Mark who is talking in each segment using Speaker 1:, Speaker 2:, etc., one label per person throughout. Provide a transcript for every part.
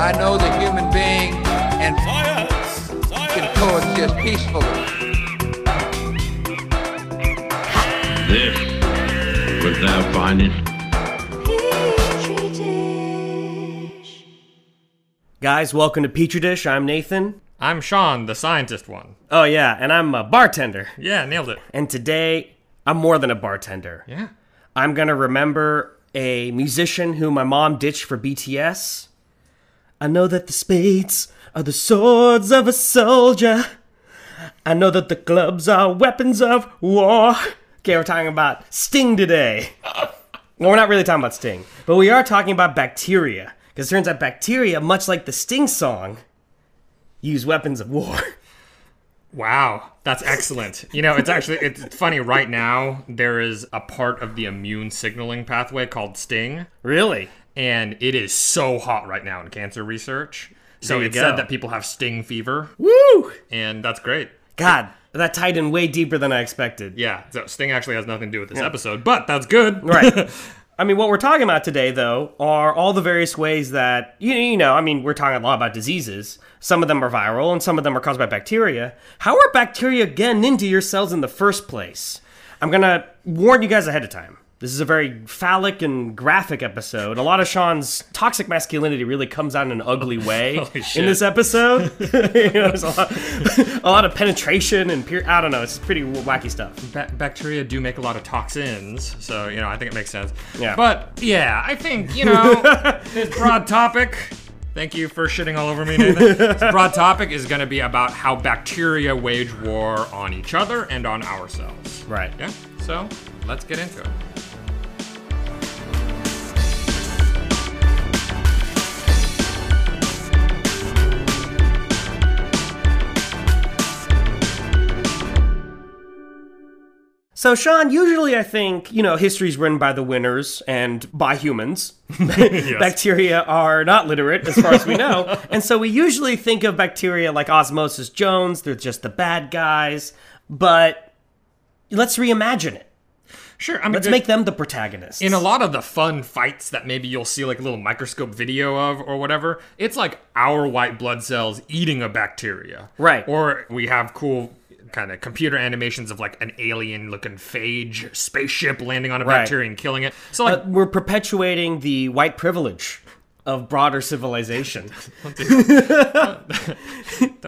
Speaker 1: I know the human being and
Speaker 2: Science!
Speaker 1: f***ing
Speaker 2: Science!
Speaker 1: coexist peacefully.
Speaker 3: This was our finest
Speaker 4: Guys, welcome to Petri Dish. I'm Nathan.
Speaker 5: I'm Sean, the scientist one.
Speaker 4: Oh, yeah, and I'm a bartender.
Speaker 5: Yeah, nailed it.
Speaker 4: And today, I'm more than a bartender.
Speaker 5: Yeah.
Speaker 4: I'm going to remember a musician who my mom ditched for BTS. I know that the spades are the swords of a soldier. I know that the clubs are weapons of war. Okay, we're talking about Sting today. No, we're not really talking about Sting, but we are talking about bacteria. Because it turns out bacteria, much like the Sting song, use weapons of war.
Speaker 5: Wow, that's excellent. You know, it's actually it's funny right now there is a part of the immune signaling pathway called STING
Speaker 4: Really?
Speaker 5: and it is so hot right now in cancer research. So
Speaker 4: There you
Speaker 5: it's said
Speaker 4: go.
Speaker 5: that people have sting fever
Speaker 4: Woo!
Speaker 5: and that's great.
Speaker 4: God, that tied in way deeper than I expected.
Speaker 5: Yeah, so sting actually has nothing to do with this episode, but that's good.
Speaker 4: Right. I mean, what we're talking about today, though, are all the various ways that, you, you know, I mean, we're talking a lot about diseases. Some of them are viral and some of them are caused by bacteria. How are bacteria getting into your cells in the first place? I'm going to warn you guys ahead of time. This is a very phallic and graphic episode. A lot of Sean's toxic masculinity really comes out in an ugly way
Speaker 5: Holy shit.
Speaker 4: in this episode. you know, there's a lot, a lot of penetration and, pure, I don't know, it's pretty wacky stuff.
Speaker 5: Ba- bacteria do make a lot of toxins, so you know I think it makes sense.
Speaker 4: Yeah.
Speaker 5: But yeah, I think you know this broad topic. Thank you for shitting all over me, Nathan. this broad topic is going to be about how bacteria wage war on each other and on ourselves.
Speaker 4: Right.
Speaker 5: Yeah. So let's get into it.
Speaker 4: So, Sean, usually I think, you know, history's written by the winners and by humans. Bacteria are not literate, as far as we know. and so we usually think of bacteria like Osmosis Jones, they're just the bad guys. But let's reimagine it.
Speaker 5: Sure. I mean,
Speaker 4: Let's
Speaker 5: there-
Speaker 4: make them the protagonists.
Speaker 5: in a lot of the fun fights that maybe you'll see like a little microscope video of or whatever it's like our white blood cells eating a bacteria
Speaker 4: Right.
Speaker 5: or we have cool kind of computer animations of like an alien looking phage spaceship landing on a
Speaker 4: Right.
Speaker 5: bacteria and killing it so like
Speaker 4: But Uh, we're perpetuating the white privilege of broader civilization.
Speaker 5: don't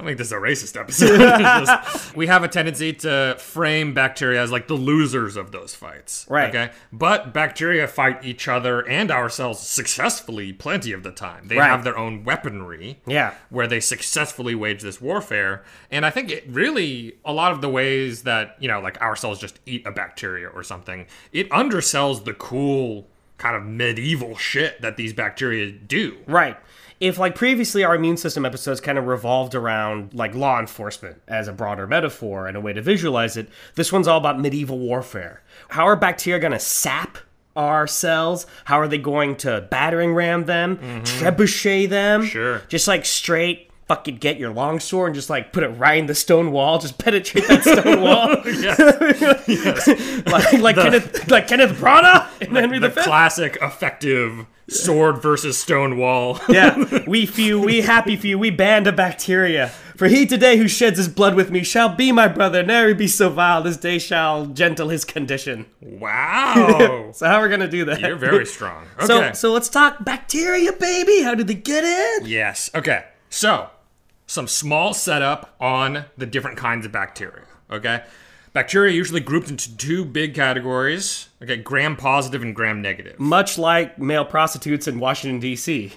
Speaker 5: make this a racist episode Just- we have a tendency to frame bacteria as like the losers of those fights
Speaker 4: Right.
Speaker 5: okay but bacteria fight each other and ourselves successfully plenty of the time they
Speaker 4: Right.
Speaker 5: have their own weaponry
Speaker 4: Yeah.
Speaker 5: where they successfully wage this warfare. And I think it really, a lot of the ways that, you know, like our cells just eat a bacteria or something, it undersells the cool kind of medieval shit that these bacteria do.
Speaker 4: Right. If like previously our immune system episodes kind of revolved around like law enforcement as a broader metaphor and a way to visualize it, this one's all about medieval warfare. How are bacteria going to sap our cells? How are they going to battering ram them, trebuchet them?
Speaker 5: Mm-hmm. Sure.
Speaker 4: Just like straight fucking get your longsword and just like put it right in the stone wall, just penetrate that stone wall. like like Kenneth like Kenneth Branagh and Henry
Speaker 5: The
Speaker 4: the Fifth.
Speaker 5: classic effective sword versus stone wall.
Speaker 4: Yeah, we few, we happy few, we band of bacteria. For he today who sheds his blood with me shall be my brother, ne'er he be so vile, this day shall gentle his condition.
Speaker 5: wow.
Speaker 4: So how we're gonna do that?
Speaker 5: You're very strong. Okay.
Speaker 4: So so let's talk bacteria, baby. How did they get in?
Speaker 5: Yes. Okay. So, some small setup on the different kinds of bacteria. Okay. Bacteria are usually grouped into two big categories. Okay, gram positive and gram negative.
Speaker 4: Much like male prostitutes in Washington D.C.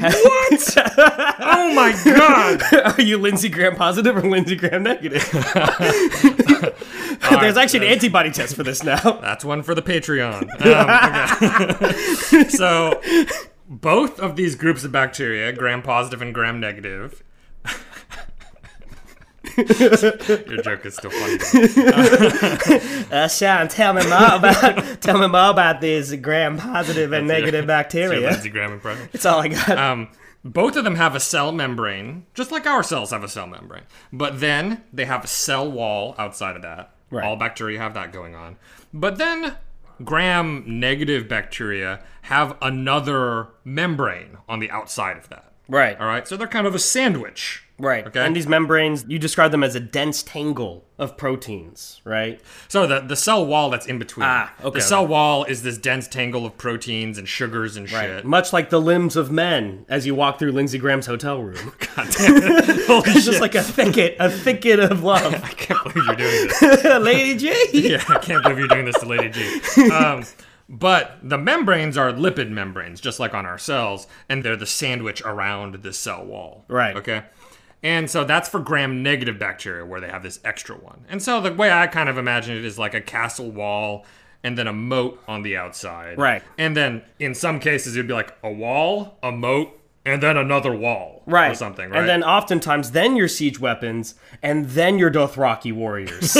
Speaker 5: Oh my god!
Speaker 4: Are you Lindsey Graham positive or Lindsey Graham negative? There's actually an antibody test for this now.
Speaker 5: That's one for the Patreon. Um, okay. so, both of these groups of bacteria, gram positive and gram negative. Your joke is still funny. though.
Speaker 4: Uh, Sean, tell me more about tell me more about these gram positive and negative
Speaker 5: Your
Speaker 4: bacteria.
Speaker 5: Lindsey Graham impression.
Speaker 4: That's all I got.
Speaker 5: Um, both of them have a cell membrane, just like our cells have a cell membrane. But then they have a cell wall outside of that.
Speaker 4: Right.
Speaker 5: All bacteria have that going on. But then gram negative bacteria have another membrane on the outside of that.
Speaker 4: right.
Speaker 5: All right. So they're kind of a sandwich.
Speaker 4: Right.
Speaker 5: Okay.
Speaker 4: And these membranes, you describe them as a dense tangle of proteins, right?
Speaker 5: So the, the cell wall that's in between.
Speaker 4: Ah, okay.
Speaker 5: The cell wall is this dense tangle of proteins and sugars and shit.
Speaker 4: Much like the limbs of men as you walk through Lindsey Graham's hotel room.
Speaker 5: Holy
Speaker 4: It's
Speaker 5: shit.
Speaker 4: just like a thicket, a thicket of
Speaker 5: I
Speaker 4: love.
Speaker 5: can't believe you're doing this.
Speaker 4: Lady J.
Speaker 5: yeah, I can't believe you're doing this to Lady G. Um, but the membranes are lipid membranes, just like on our cells, and they're the sandwich around the cell wall.
Speaker 4: Right.
Speaker 5: Okay. And so that's for gram negative bacteria, where they have this extra one. And so the way I kind of imagine it is like a castle wall and then a moat on the outside.
Speaker 4: Right.
Speaker 5: And then in some cases, it'd be like a wall, a moat, and then another wall.
Speaker 4: Right.
Speaker 5: Or something, right?
Speaker 4: And then oftentimes, then your siege weapons, and then your Dothraki warriors.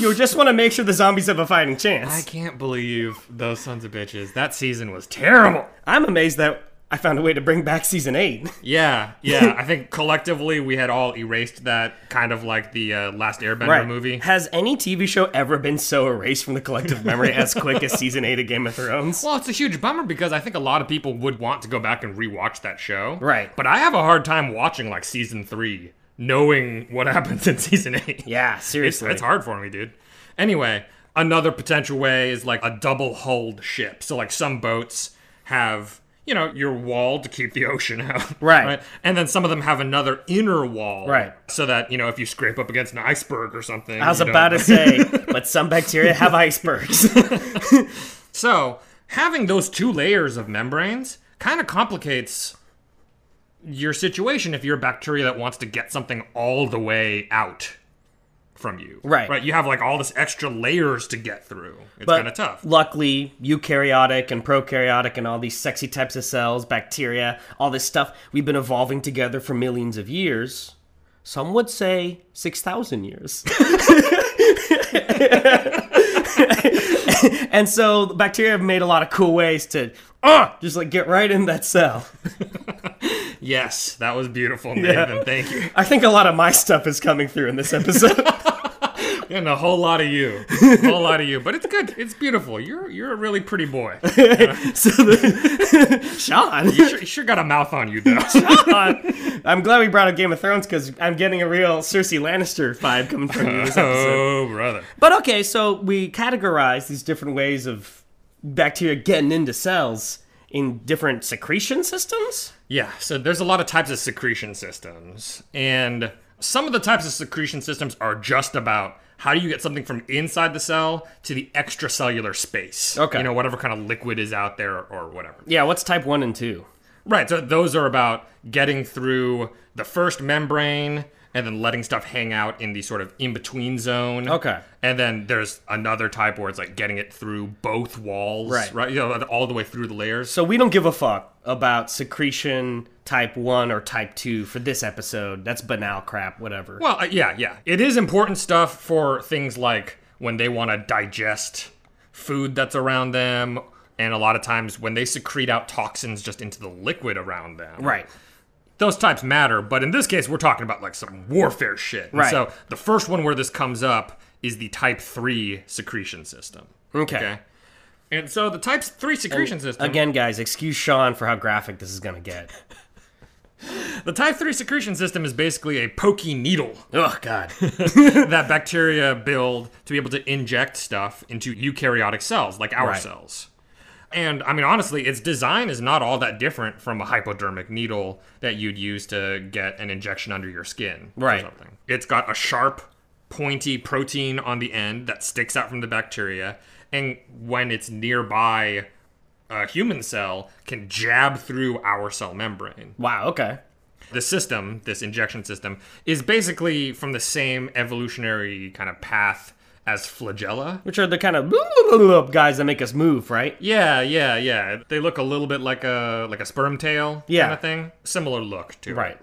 Speaker 4: you just want to make sure the zombies have a fighting
Speaker 5: I
Speaker 4: chance.
Speaker 5: can't believe those sons of bitches. That season was terrible.
Speaker 4: I'm amazed that I found a way to bring back season eight.
Speaker 5: Yeah, yeah. I think collectively we had all erased that kind of like the uh, last Airbender movie.
Speaker 4: Has any TV show ever been so erased from the collective memory as quick as season eight of Game of Thrones?
Speaker 5: Well, it's a huge bummer because I think a lot of people would want to go back and rewatch that show.
Speaker 4: Right.
Speaker 5: But I have a hard time watching like season three, knowing what happens in season eight.
Speaker 4: yeah,
Speaker 5: It's,
Speaker 4: seriously.
Speaker 5: it's hard for me, dude. Anyway, another potential way is like a double hulled ship. So, like, some boats have, you know, your wall to keep the ocean out.
Speaker 4: Right.
Speaker 5: And then some of them have another inner wall.
Speaker 4: Right.
Speaker 5: So that, you know, if you scrape up against an iceberg or something.
Speaker 4: I was
Speaker 5: you don't-
Speaker 4: about to say, but some bacteria have icebergs.
Speaker 5: So, having those two layers of membranes kind of complicates your situation if you're a bacteria that wants to get something all the way out from you.
Speaker 4: Right.
Speaker 5: Right. You have like all this extra layers to get through. It's
Speaker 4: but
Speaker 5: kind of tough.
Speaker 4: luckily, eukaryotic and prokaryotic and all these sexy types of cells, bacteria, all this stuff, we've been evolving together for millions of years. Some would say 6,000 years. and so the bacteria have made a lot of cool ways to uh, just like get right in that cell.
Speaker 5: yes, that was beautiful, Nathan. Thank you.
Speaker 4: I think a lot of my stuff is coming through in this episode.
Speaker 5: And a whole lot of you. A whole lot of you. But it's good. It's beautiful. You're you're a really pretty boy. You
Speaker 4: so the- Sean.
Speaker 5: sure, you sure got a mouth on you though.
Speaker 4: Uh, I'm glad we brought up Game of Thrones because I'm getting a real Cersei Lannister vibe coming from you this episode.
Speaker 5: oh, brother.
Speaker 4: But okay, so we categorize these different ways of bacteria getting into cells in different secretion systems.
Speaker 5: Yeah, so there's a lot of types of secretion systems. And some of the types of secretion systems are just about how do you get something from inside the cell to the extracellular space.
Speaker 4: Okay.
Speaker 5: You know, whatever kind of liquid is out there or whatever.
Speaker 4: Yeah, what's type one and two?
Speaker 5: Right, so those are about getting through the first membrane and then letting stuff hang out in the sort of in between zone.
Speaker 4: Okay.
Speaker 5: And then there's another type where it's like getting it through both walls,
Speaker 4: Right.
Speaker 5: right? You know, all the way through the layers.
Speaker 4: So we don't give a fuck about secretion type one or type two for this episode. That's banal crap, whatever.
Speaker 5: Well, uh, yeah, yeah. It is important stuff for things like when they want to digest food that's around them, and a lot of times when they secrete out toxins just into the liquid around them.
Speaker 4: right.
Speaker 5: Those types matter, but in this case, we're talking about like some warfare shit. And
Speaker 4: Right.
Speaker 5: So the first one where this comes up is the type 3 secretion system.
Speaker 4: Okay.
Speaker 5: And so the type 3 secretion system.
Speaker 4: Again, guys, excuse Sean for how graphic this is gonna get.
Speaker 5: The type 3 secretion system is basically a pokey needle
Speaker 4: Oh God.
Speaker 5: that bacteria build to be able to inject stuff into eukaryotic cells like our
Speaker 4: Right.
Speaker 5: cells. And I mean, honestly, its design is not all that different from a hypodermic needle that you'd use to get an injection under your skin or
Speaker 4: Right.
Speaker 5: something. It's got a sharp, pointy protein on the end that sticks out from the bacteria, and when it's nearby a human cell, can jab through our cell membrane
Speaker 4: wow. Okay.
Speaker 5: the system, this injection system, is basically from the same evolutionary kind of path as flagella.
Speaker 4: Which are the kind of guys that make us move, right?
Speaker 5: Yeah, yeah, yeah. They look a little bit like a like a sperm tail
Speaker 4: Yeah.
Speaker 5: kind of thing. Similar look to it.
Speaker 4: Right.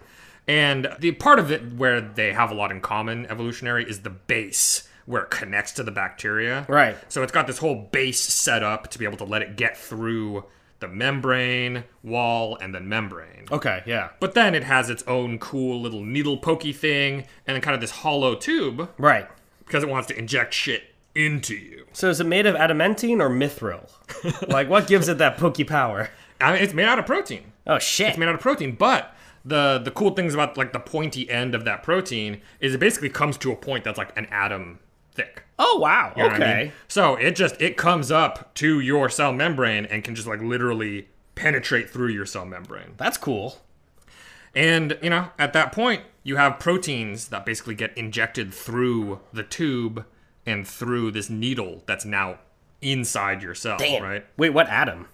Speaker 5: And the part of it where they have a lot in common evolutionary is the base where it connects to the bacteria.
Speaker 4: Right.
Speaker 5: So it's got this whole base set up to be able to let it get through the membrane, wall, and then membrane.
Speaker 4: Okay, yeah.
Speaker 5: But then it has its own cool little needle pokey thing and then kind of this hollow tube
Speaker 4: Right.
Speaker 5: because it wants to inject shit into you.
Speaker 4: So is it made of adamantine or mithril? like, what gives it that pokey power?
Speaker 5: I mean, it's made out of protein.
Speaker 4: Oh, shit.
Speaker 5: It's made out of protein, but the the cool things about like the pointy end of that protein is it basically comes to a point that's like an atom thick.
Speaker 4: oh, wow.
Speaker 5: You know what I
Speaker 4: okay.
Speaker 5: mean? So it just it comes up to your cell membrane and can just like literally penetrate through your cell membrane.
Speaker 4: That's cool.
Speaker 5: And you know, at that point, you have proteins that basically get injected through the tube and through this needle that's now inside your cell, right?
Speaker 4: Wait, what atom?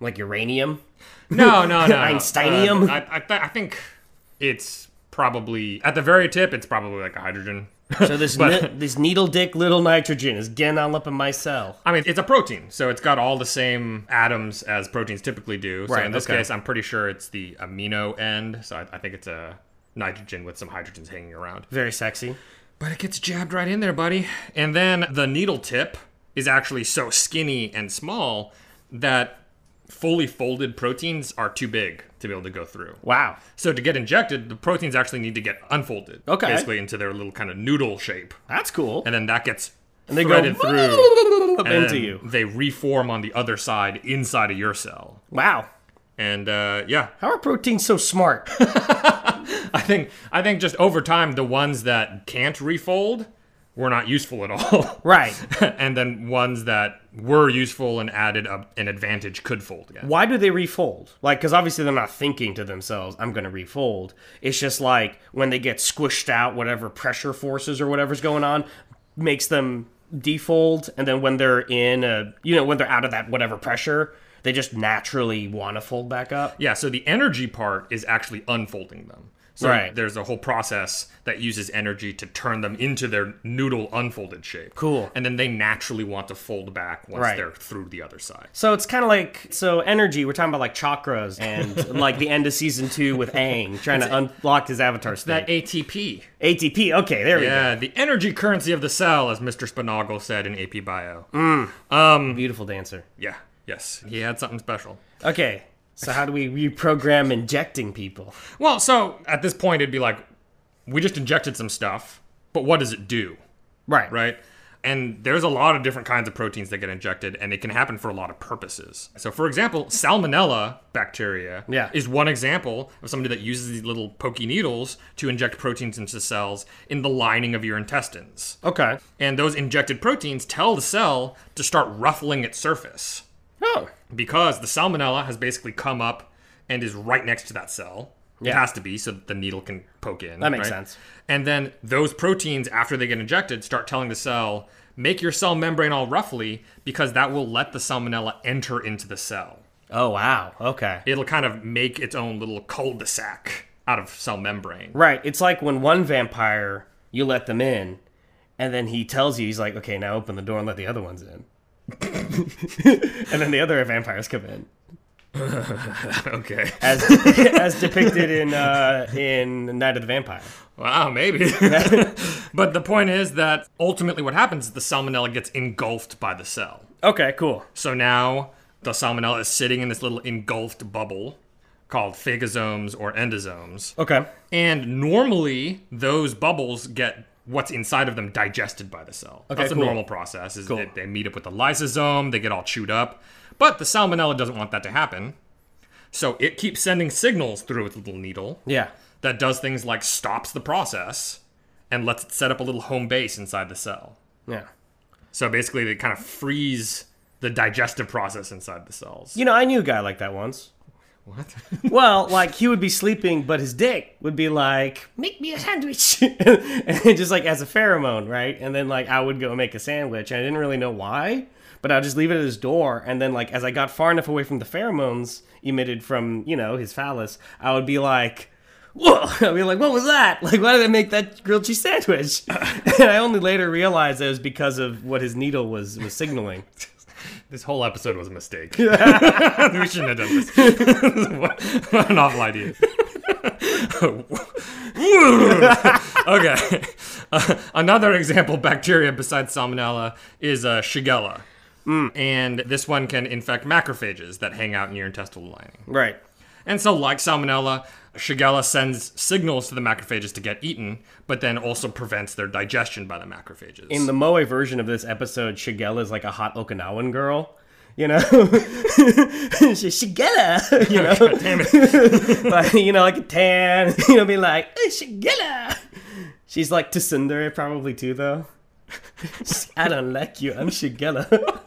Speaker 4: Like uranium?
Speaker 5: No, no, no.
Speaker 4: Einsteinium?
Speaker 5: Uh, I, I, th- I think it's probably at the very tip. It's probably like a hydrogen.
Speaker 4: So this
Speaker 5: But-
Speaker 4: ne- this needle dick little nitrogen is getting all up in my cell.
Speaker 5: I mean, it's a protein, so it's got all the same atoms as proteins typically do. So
Speaker 4: Right,
Speaker 5: in this
Speaker 4: okay.
Speaker 5: case, I'm pretty sure it's the amino end. So I, I think it's a nitrogen with some hydrogens hanging around.
Speaker 4: Very sexy.
Speaker 5: But it gets jabbed right in there, buddy. And then the needle tip is actually so skinny and small that fully folded proteins are too big to be able to go through.
Speaker 4: Wow.
Speaker 5: So to get injected, the proteins actually need to get unfolded,
Speaker 4: Okay.
Speaker 5: basically into their little kind of noodle shape,
Speaker 4: That's cool.
Speaker 5: and then that gets
Speaker 4: And they
Speaker 5: threaded
Speaker 4: go
Speaker 5: through
Speaker 4: up
Speaker 5: and
Speaker 4: into you.
Speaker 5: They reform on the other side inside of your cell,
Speaker 4: Wow.
Speaker 5: and uh, yeah,
Speaker 4: How are proteins so smart?
Speaker 5: I think I think just over time, the ones that can't refold were not useful at all,
Speaker 4: right.
Speaker 5: and then ones that were useful and added a, an advantage could fold again.
Speaker 4: Why do they refold? Like, because obviously they're not thinking to themselves, I'm going to refold. It's just like when they get squished out, whatever pressure forces or whatever's going on makes them defold. And then when they're in a, you know, when they're out of that whatever pressure, they just naturally want to fold back up.
Speaker 5: Yeah, so the energy part is actually unfolding them. So
Speaker 4: Right.
Speaker 5: there's a whole process that uses energy to turn them into their noodle unfolded shape.
Speaker 4: Cool.
Speaker 5: And then they naturally want to fold back once
Speaker 4: Right.
Speaker 5: they're through the other side.
Speaker 4: So it's kind of like, so energy, we're talking about like chakras and like the end of season two with Aang trying to unlock his avatar
Speaker 5: That
Speaker 4: state.
Speaker 5: ATP.
Speaker 4: ATP, okay, there we
Speaker 5: Yeah, the energy currency of the cell, as Mr. Spinagle said in AP Bio.
Speaker 4: Mm. go. Beautiful dancer.
Speaker 5: Yeah, yes. He had something special.
Speaker 4: Okay, so how do we reprogram injecting people?
Speaker 5: Well, so at this point, it'd be like, we just injected some stuff, but what does it do?
Speaker 4: Right.
Speaker 5: right? And there's a lot of different kinds of proteins that get injected, and it can happen for a lot of purposes. So, for example, salmonella bacteria
Speaker 4: Yeah.
Speaker 5: is one example of somebody that uses these little pokey needles to inject proteins into cells in the lining of your intestines.
Speaker 4: Okay.
Speaker 5: And those injected proteins tell the cell to start ruffling its surface
Speaker 4: Oh.
Speaker 5: because the salmonella has basically come up and is right next to that cell. It
Speaker 4: Yeah.
Speaker 5: has to be so that the needle can poke in.
Speaker 4: That makes
Speaker 5: right?
Speaker 4: sense.
Speaker 5: And then those proteins, after they get injected, start telling the cell, make your cell membrane all roughly because that will let the salmonella enter into the cell.
Speaker 4: Oh wow. Okay.
Speaker 5: It'll kind of make its own little cul-de-sac out of cell membrane.
Speaker 4: right. It's like when one vampire you let them in, and then he tells you he's like, okay, now open the door and let the other ones in. and then the other vampires come in,
Speaker 5: Okay.
Speaker 4: as as depicted in uh, in Night of the Vampire.
Speaker 5: Wow, maybe. but the point is that ultimately what happens is the salmonella gets engulfed by the cell.
Speaker 4: Okay, cool.
Speaker 5: So now the salmonella is sitting in this little engulfed bubble called phagosomes or endosomes.
Speaker 4: Okay,
Speaker 5: And normally those bubbles get what's inside of them digested by the cell.
Speaker 4: Okay,
Speaker 5: That's
Speaker 4: cool.
Speaker 5: a normal process. Is that they meet up with the lysosome, they get all chewed up. But the salmonella doesn't want that to happen. So it keeps sending signals through its little needle
Speaker 4: yeah,
Speaker 5: that does things like stops the process and lets it set up a little home base inside the cell.
Speaker 4: yeah.
Speaker 5: So basically, they kind of freeze the digestive process inside the cells.
Speaker 4: You know, I knew a guy like that once.
Speaker 5: What?
Speaker 4: Well, like he would be sleeping, but his dick would be like, "Make me a sandwich," and just like as a pheromone, right? And then like I would go make a sandwich, and I didn't really know why, but I'd just leave it at his door, and then like as I got far enough away from the pheromones emitted from you know his phallus, I would be like, whoa, I mean, like, what was that? Like, why did I make that grilled cheese sandwich? and I only later realized it was because of what his needle was was signaling.
Speaker 5: This whole episode was a mistake. we shouldn't have done this. what, what an awful idea. okay. Uh, another example bacteria besides salmonella is uh, Shigella. And this one can infect macrophages that hang out in your intestinal lining.
Speaker 4: right.
Speaker 5: And so, like salmonella, Shigella sends signals to the macrophages to get eaten, but then also prevents their digestion by the macrophages.
Speaker 4: In the Moe version of this episode, Shigella is like a hot Okinawan girl. You know, She's Shigella. You know,
Speaker 5: Damn it.
Speaker 4: like, you know, like a tan. You know, be like "Eh, Shigella. She's like to Tsundere probably too, though. I don't like you. I'm Shigella.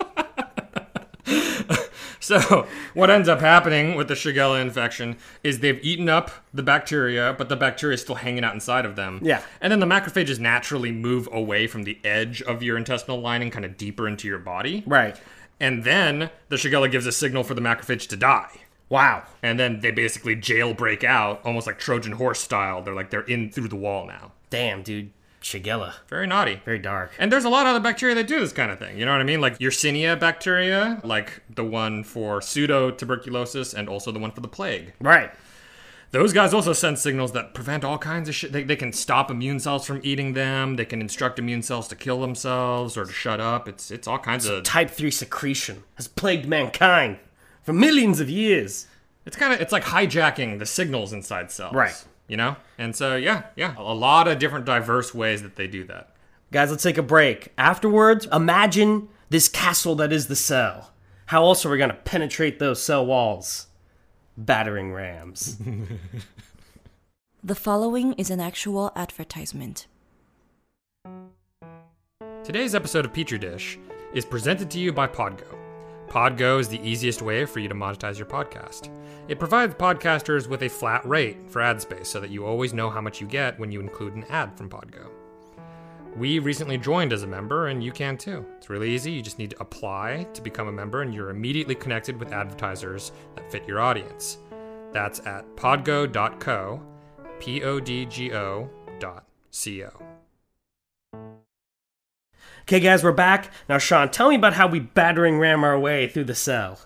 Speaker 5: So, what ends up happening with the Shigella infection is they've eaten up the bacteria, but the bacteria is still hanging out inside of them.
Speaker 4: Yeah.
Speaker 5: And then the macrophages naturally move away from the edge of your intestinal lining, kind of deeper into your body.
Speaker 4: right.
Speaker 5: And then the Shigella gives a signal for the macrophage to die.
Speaker 4: Wow.
Speaker 5: And then they basically jailbreak out, almost like Trojan horse style. They're like, they're in through the wall now.
Speaker 4: Damn, dude. Shigella.
Speaker 5: Very naughty.
Speaker 4: Very dark.
Speaker 5: And there's a lot of other bacteria that do this kind of thing. You know what I mean? Like Yersinia bacteria, like the one for pseudo tuberculosis and also the one for the plague.
Speaker 4: Right.
Speaker 5: Those guys also send signals that prevent all kinds of shit. They, they can stop immune cells from eating them. They can instruct immune cells to kill themselves or to shut up. It's it's all kinds of.
Speaker 4: Type 3 secretion has plagued mankind for millions of years.
Speaker 5: It's kind of it's like hijacking the signals inside cells.
Speaker 4: Right.
Speaker 5: You know? And so yeah, yeah, a lot of different diverse ways that they do that.
Speaker 4: Guys, let's take a break. Afterwards, imagine this castle that is the cell. How else are we going to penetrate those cell walls? Battering rams.
Speaker 6: The following is an actual advertisement.
Speaker 5: Today's episode of Petri Dish is presented to you by Podgo. Podgo is the easiest way for you to monetize your podcast. It provides podcasters with a flat rate for ad space so that you always know how much you get when you include an ad from Podgo. We recently joined as a member, and you can too. It's really easy. You just need to apply to become a member, and you're immediately connected with advertisers that fit your audience. That's at podgo.co, P O D G O dot C O.
Speaker 4: okay, guys, we're back. Now, Sean, tell me about how we battering ram our way through the cell.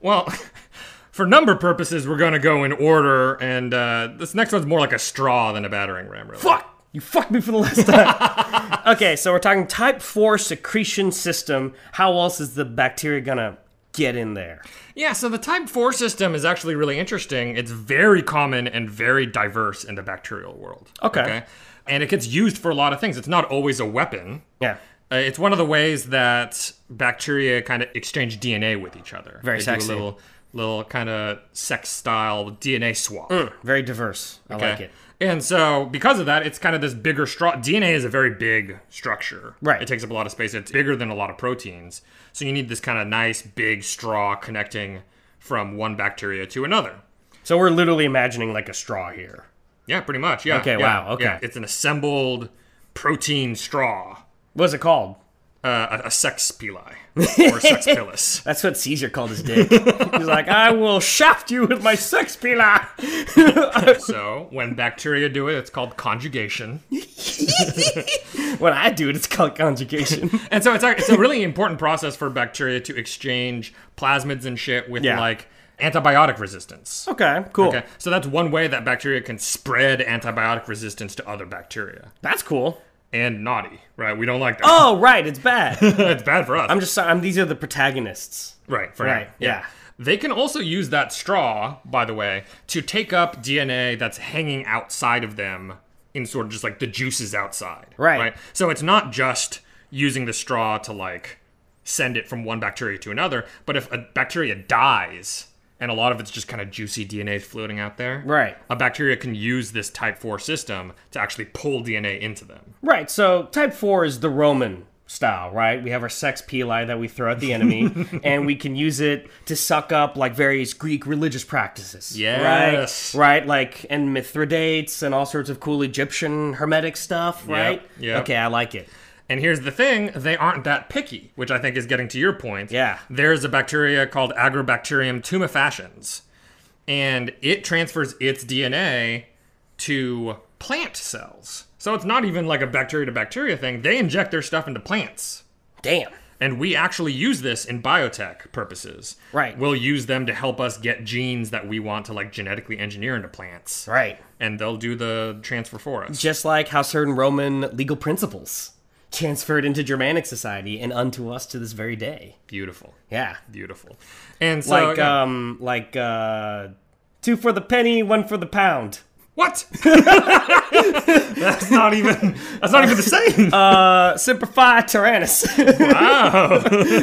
Speaker 5: Well, for number purposes, we're gonna go in order, and uh, this next one's more like a straw than a battering ram. Really.
Speaker 4: Fuck! You fucked me for the last time. okay, so we're talking type 4 secretion system. How else is the bacteria going to get in there?
Speaker 5: Yeah. So the type four system is actually really interesting. It's very common and very diverse in the bacterial world.
Speaker 4: Okay.
Speaker 5: And it gets used for a lot of things. It's not always a weapon.
Speaker 4: Yeah.
Speaker 5: Uh, it's one of the ways that bacteria kind of exchange DNA with each other.
Speaker 4: Very
Speaker 5: they
Speaker 4: sexy.
Speaker 5: Do a little, little kind of sex style DNA swap.
Speaker 4: Very diverse. I like
Speaker 5: Okay.
Speaker 4: it.
Speaker 5: And so, because of that, it's kind of this bigger straw. DNA is a very big structure.
Speaker 4: Right.
Speaker 5: It takes up a lot of space. It's bigger than a lot of proteins. So, you need this kind of nice big straw connecting from one bacteria to another.
Speaker 4: So we're literally imagining like a straw here.
Speaker 5: Yeah, pretty much. Yeah.
Speaker 4: Okay,
Speaker 5: yeah,
Speaker 4: wow, okay.
Speaker 5: yeah. It's an assembled protein straw,
Speaker 4: What's it called?
Speaker 5: uh, a, a sex pili or sex pilus.
Speaker 4: That's what Caesar called his dick. He's like, I will shaft you with my sex pila.
Speaker 5: So, when bacteria do it, it's called conjugation.
Speaker 4: when I do it, it's called conjugation.
Speaker 5: And so it's a, it's a really important process for bacteria to exchange plasmids and shit with
Speaker 4: Yeah.
Speaker 5: like antibiotic resistance.
Speaker 4: okay, cool.
Speaker 5: Okay. So that's one way that bacteria can spread antibiotic resistance to other bacteria.
Speaker 4: That's cool.
Speaker 5: And naughty, right? We don't like that.
Speaker 4: Oh, right, it's bad.
Speaker 5: it's bad for us.
Speaker 4: I'm just sorry. I'm, these are the protagonists.
Speaker 5: right, for
Speaker 4: Right,
Speaker 5: now.
Speaker 4: yeah.
Speaker 5: They can also use that straw, by the way, to take up DNA that's hanging outside of them in sort of just like the juices outside.
Speaker 4: Right.
Speaker 5: So it's not just using the straw to like send it from one bacteria to another, but if a bacteria dies and a lot of it's just kind of juicy DNA floating out there,
Speaker 4: Right.
Speaker 5: A bacteria can use this type 4 system to actually pull DNA into them.
Speaker 4: Right, so type 4 is the Roman style, right? We have our sex pili that we throw at the enemy, and we can use it to suck up like various Greek religious practices.
Speaker 5: Yes.
Speaker 4: Right? Right, like, and Mithridates and all sorts of cool Egyptian hermetic stuff, right?
Speaker 5: yep.
Speaker 4: Okay, I like it.
Speaker 5: And here's the thing, they aren't that picky, which I think is getting to your point.
Speaker 4: Yeah.
Speaker 5: There's a bacteria called Agrobacterium tumefacciens, and it transfers its DNA to plant cells. So it's not even like a bacteria to bacteria thing. They inject their stuff into plants.
Speaker 4: Damn.
Speaker 5: And we actually use this in biotech purposes.
Speaker 4: Right.
Speaker 5: We'll use them to help us get genes that we want to like genetically engineer into plants.
Speaker 4: Right.
Speaker 5: And they'll do the transfer for us.
Speaker 4: Just like how certain Roman legal principles transferred into Germanic society and unto us to this very day.
Speaker 5: Beautiful.
Speaker 4: Yeah.
Speaker 5: Beautiful. And so
Speaker 4: Like
Speaker 5: yeah.
Speaker 4: um like uh two for the penny, one for the pound.
Speaker 5: What? that's not even that's not even the same.
Speaker 4: Uh simplify Tyrannus.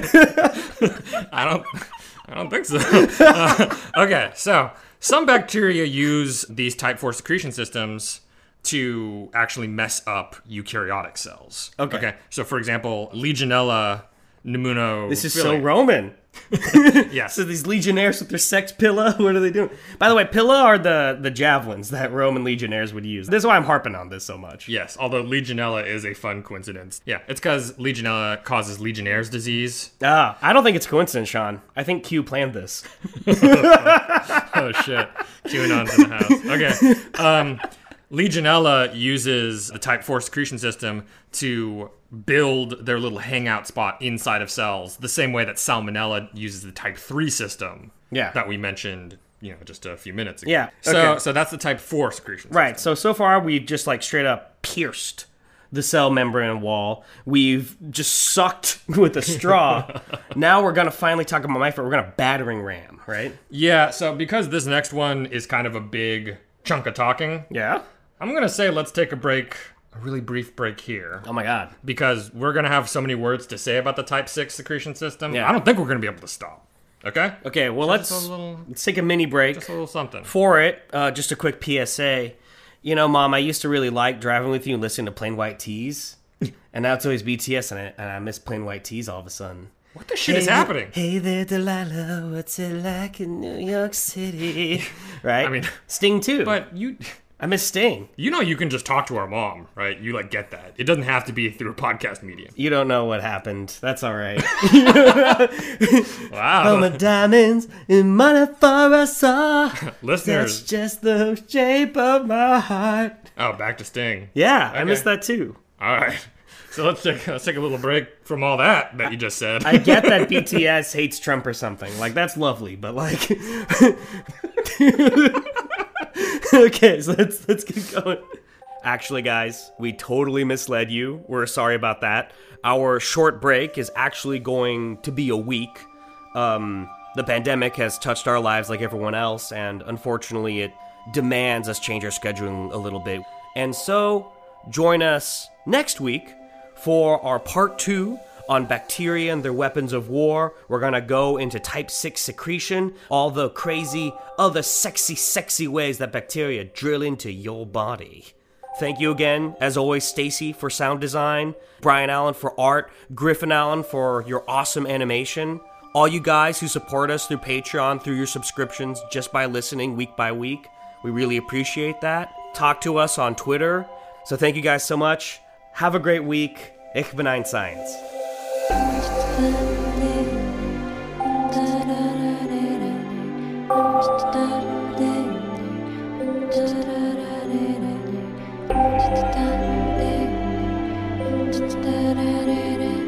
Speaker 5: I don't I don't think so. Uh, okay, so some bacteria use these type 4 secretion systems to actually mess up eukaryotic cells.
Speaker 4: Okay.
Speaker 5: Okay. So for example, Legionella pneumono
Speaker 4: this is so Roman.
Speaker 5: Yes.
Speaker 4: So these legionnaires with their sex pilla, what are they doing? By the way, pilla are the the javelins that Roman legionnaires would use. This is why I'm harping on this so much.
Speaker 5: Yes, although Legionella is a fun coincidence. Yeah, it's because Legionella causes Legionnaire's disease.
Speaker 4: Ah, I don't think it's coincidence, Sean. I think Q planned this.
Speaker 5: Oh shit, QAnon's in the house. Okay, um, Legionella uses the Type Four secretion system to build their little hangout spot inside of cells, the same way that Salmonella uses the Type Three system.
Speaker 4: Yeah.
Speaker 5: that we mentioned, you know, just a few minutes ago.
Speaker 4: Yeah,
Speaker 5: So,
Speaker 4: okay.
Speaker 5: so that's the Type Four secretion.
Speaker 4: Right. So so far we've just like straight up pierced the cell membrane wall. We've just sucked with a straw. now we're gonna finally talk about my favorite. We're gonna battering ram, right?
Speaker 5: Yeah. So because this next one is kind of a big chunk of talking,
Speaker 4: Yeah.
Speaker 5: I'm gonna say let's take a break, a really brief break here.
Speaker 4: Oh my god.
Speaker 5: because we're gonna have so many words to say about the type 6 secretion system
Speaker 4: Yeah.
Speaker 5: i don't think we're gonna be able to stop okay
Speaker 4: Okay. Well,
Speaker 5: Just
Speaker 4: let's
Speaker 5: a little-
Speaker 4: let's take a mini break.
Speaker 5: just a little something
Speaker 4: for it, uh, just a quick PSA. You know, Mom, I used to really like driving with you and listening to Plain White Tees, and now it's always BTS, and I, and I miss Plain White Tees all of a sudden.
Speaker 5: what the shit is
Speaker 4: Hey,
Speaker 5: happening
Speaker 4: Hey there, Delilah. What's it like in New York City? right. I
Speaker 5: mean-
Speaker 4: Sting too.
Speaker 5: but you
Speaker 4: I miss Sting.
Speaker 5: you know you can just talk to our mom right you like get that it doesn't have to be through a podcast medium
Speaker 4: You don't know what happened. That's all right.
Speaker 5: wow
Speaker 4: All my diamonds in money for us all. That's
Speaker 5: listeners
Speaker 4: just the shape of my heart.
Speaker 5: oh back to sting
Speaker 4: Yeah, I
Speaker 5: Okay.
Speaker 4: miss that too.
Speaker 5: all right so let's take let's take a little break from all that that you just said
Speaker 4: I get that BTS hates Trump or something. Like that's lovely, but like Okay, so let's let's keep going. Actually, guys, we totally misled you. We're sorry about that. Our short break is actually going to be a week. Um the pandemic has touched our lives like everyone else and unfortunately it demands us change our scheduling a little bit. And so join us next week for our part two on bacteria and their weapons of war. We're gonna go into type 6 secretion, all the crazy, other sexy, sexy ways that bacteria drill into your body. Thank you again, as always, Stacy for sound design, Brian Allen for art, Griffin Allen for your awesome animation. All you guys who support us through Patreon, through your subscriptions, just by listening week by week, we really appreciate that. Talk to us on Twitter. So thank you guys so much. Have a great week. Ich bin ein Science.
Speaker 7: Da-da-da-da-da.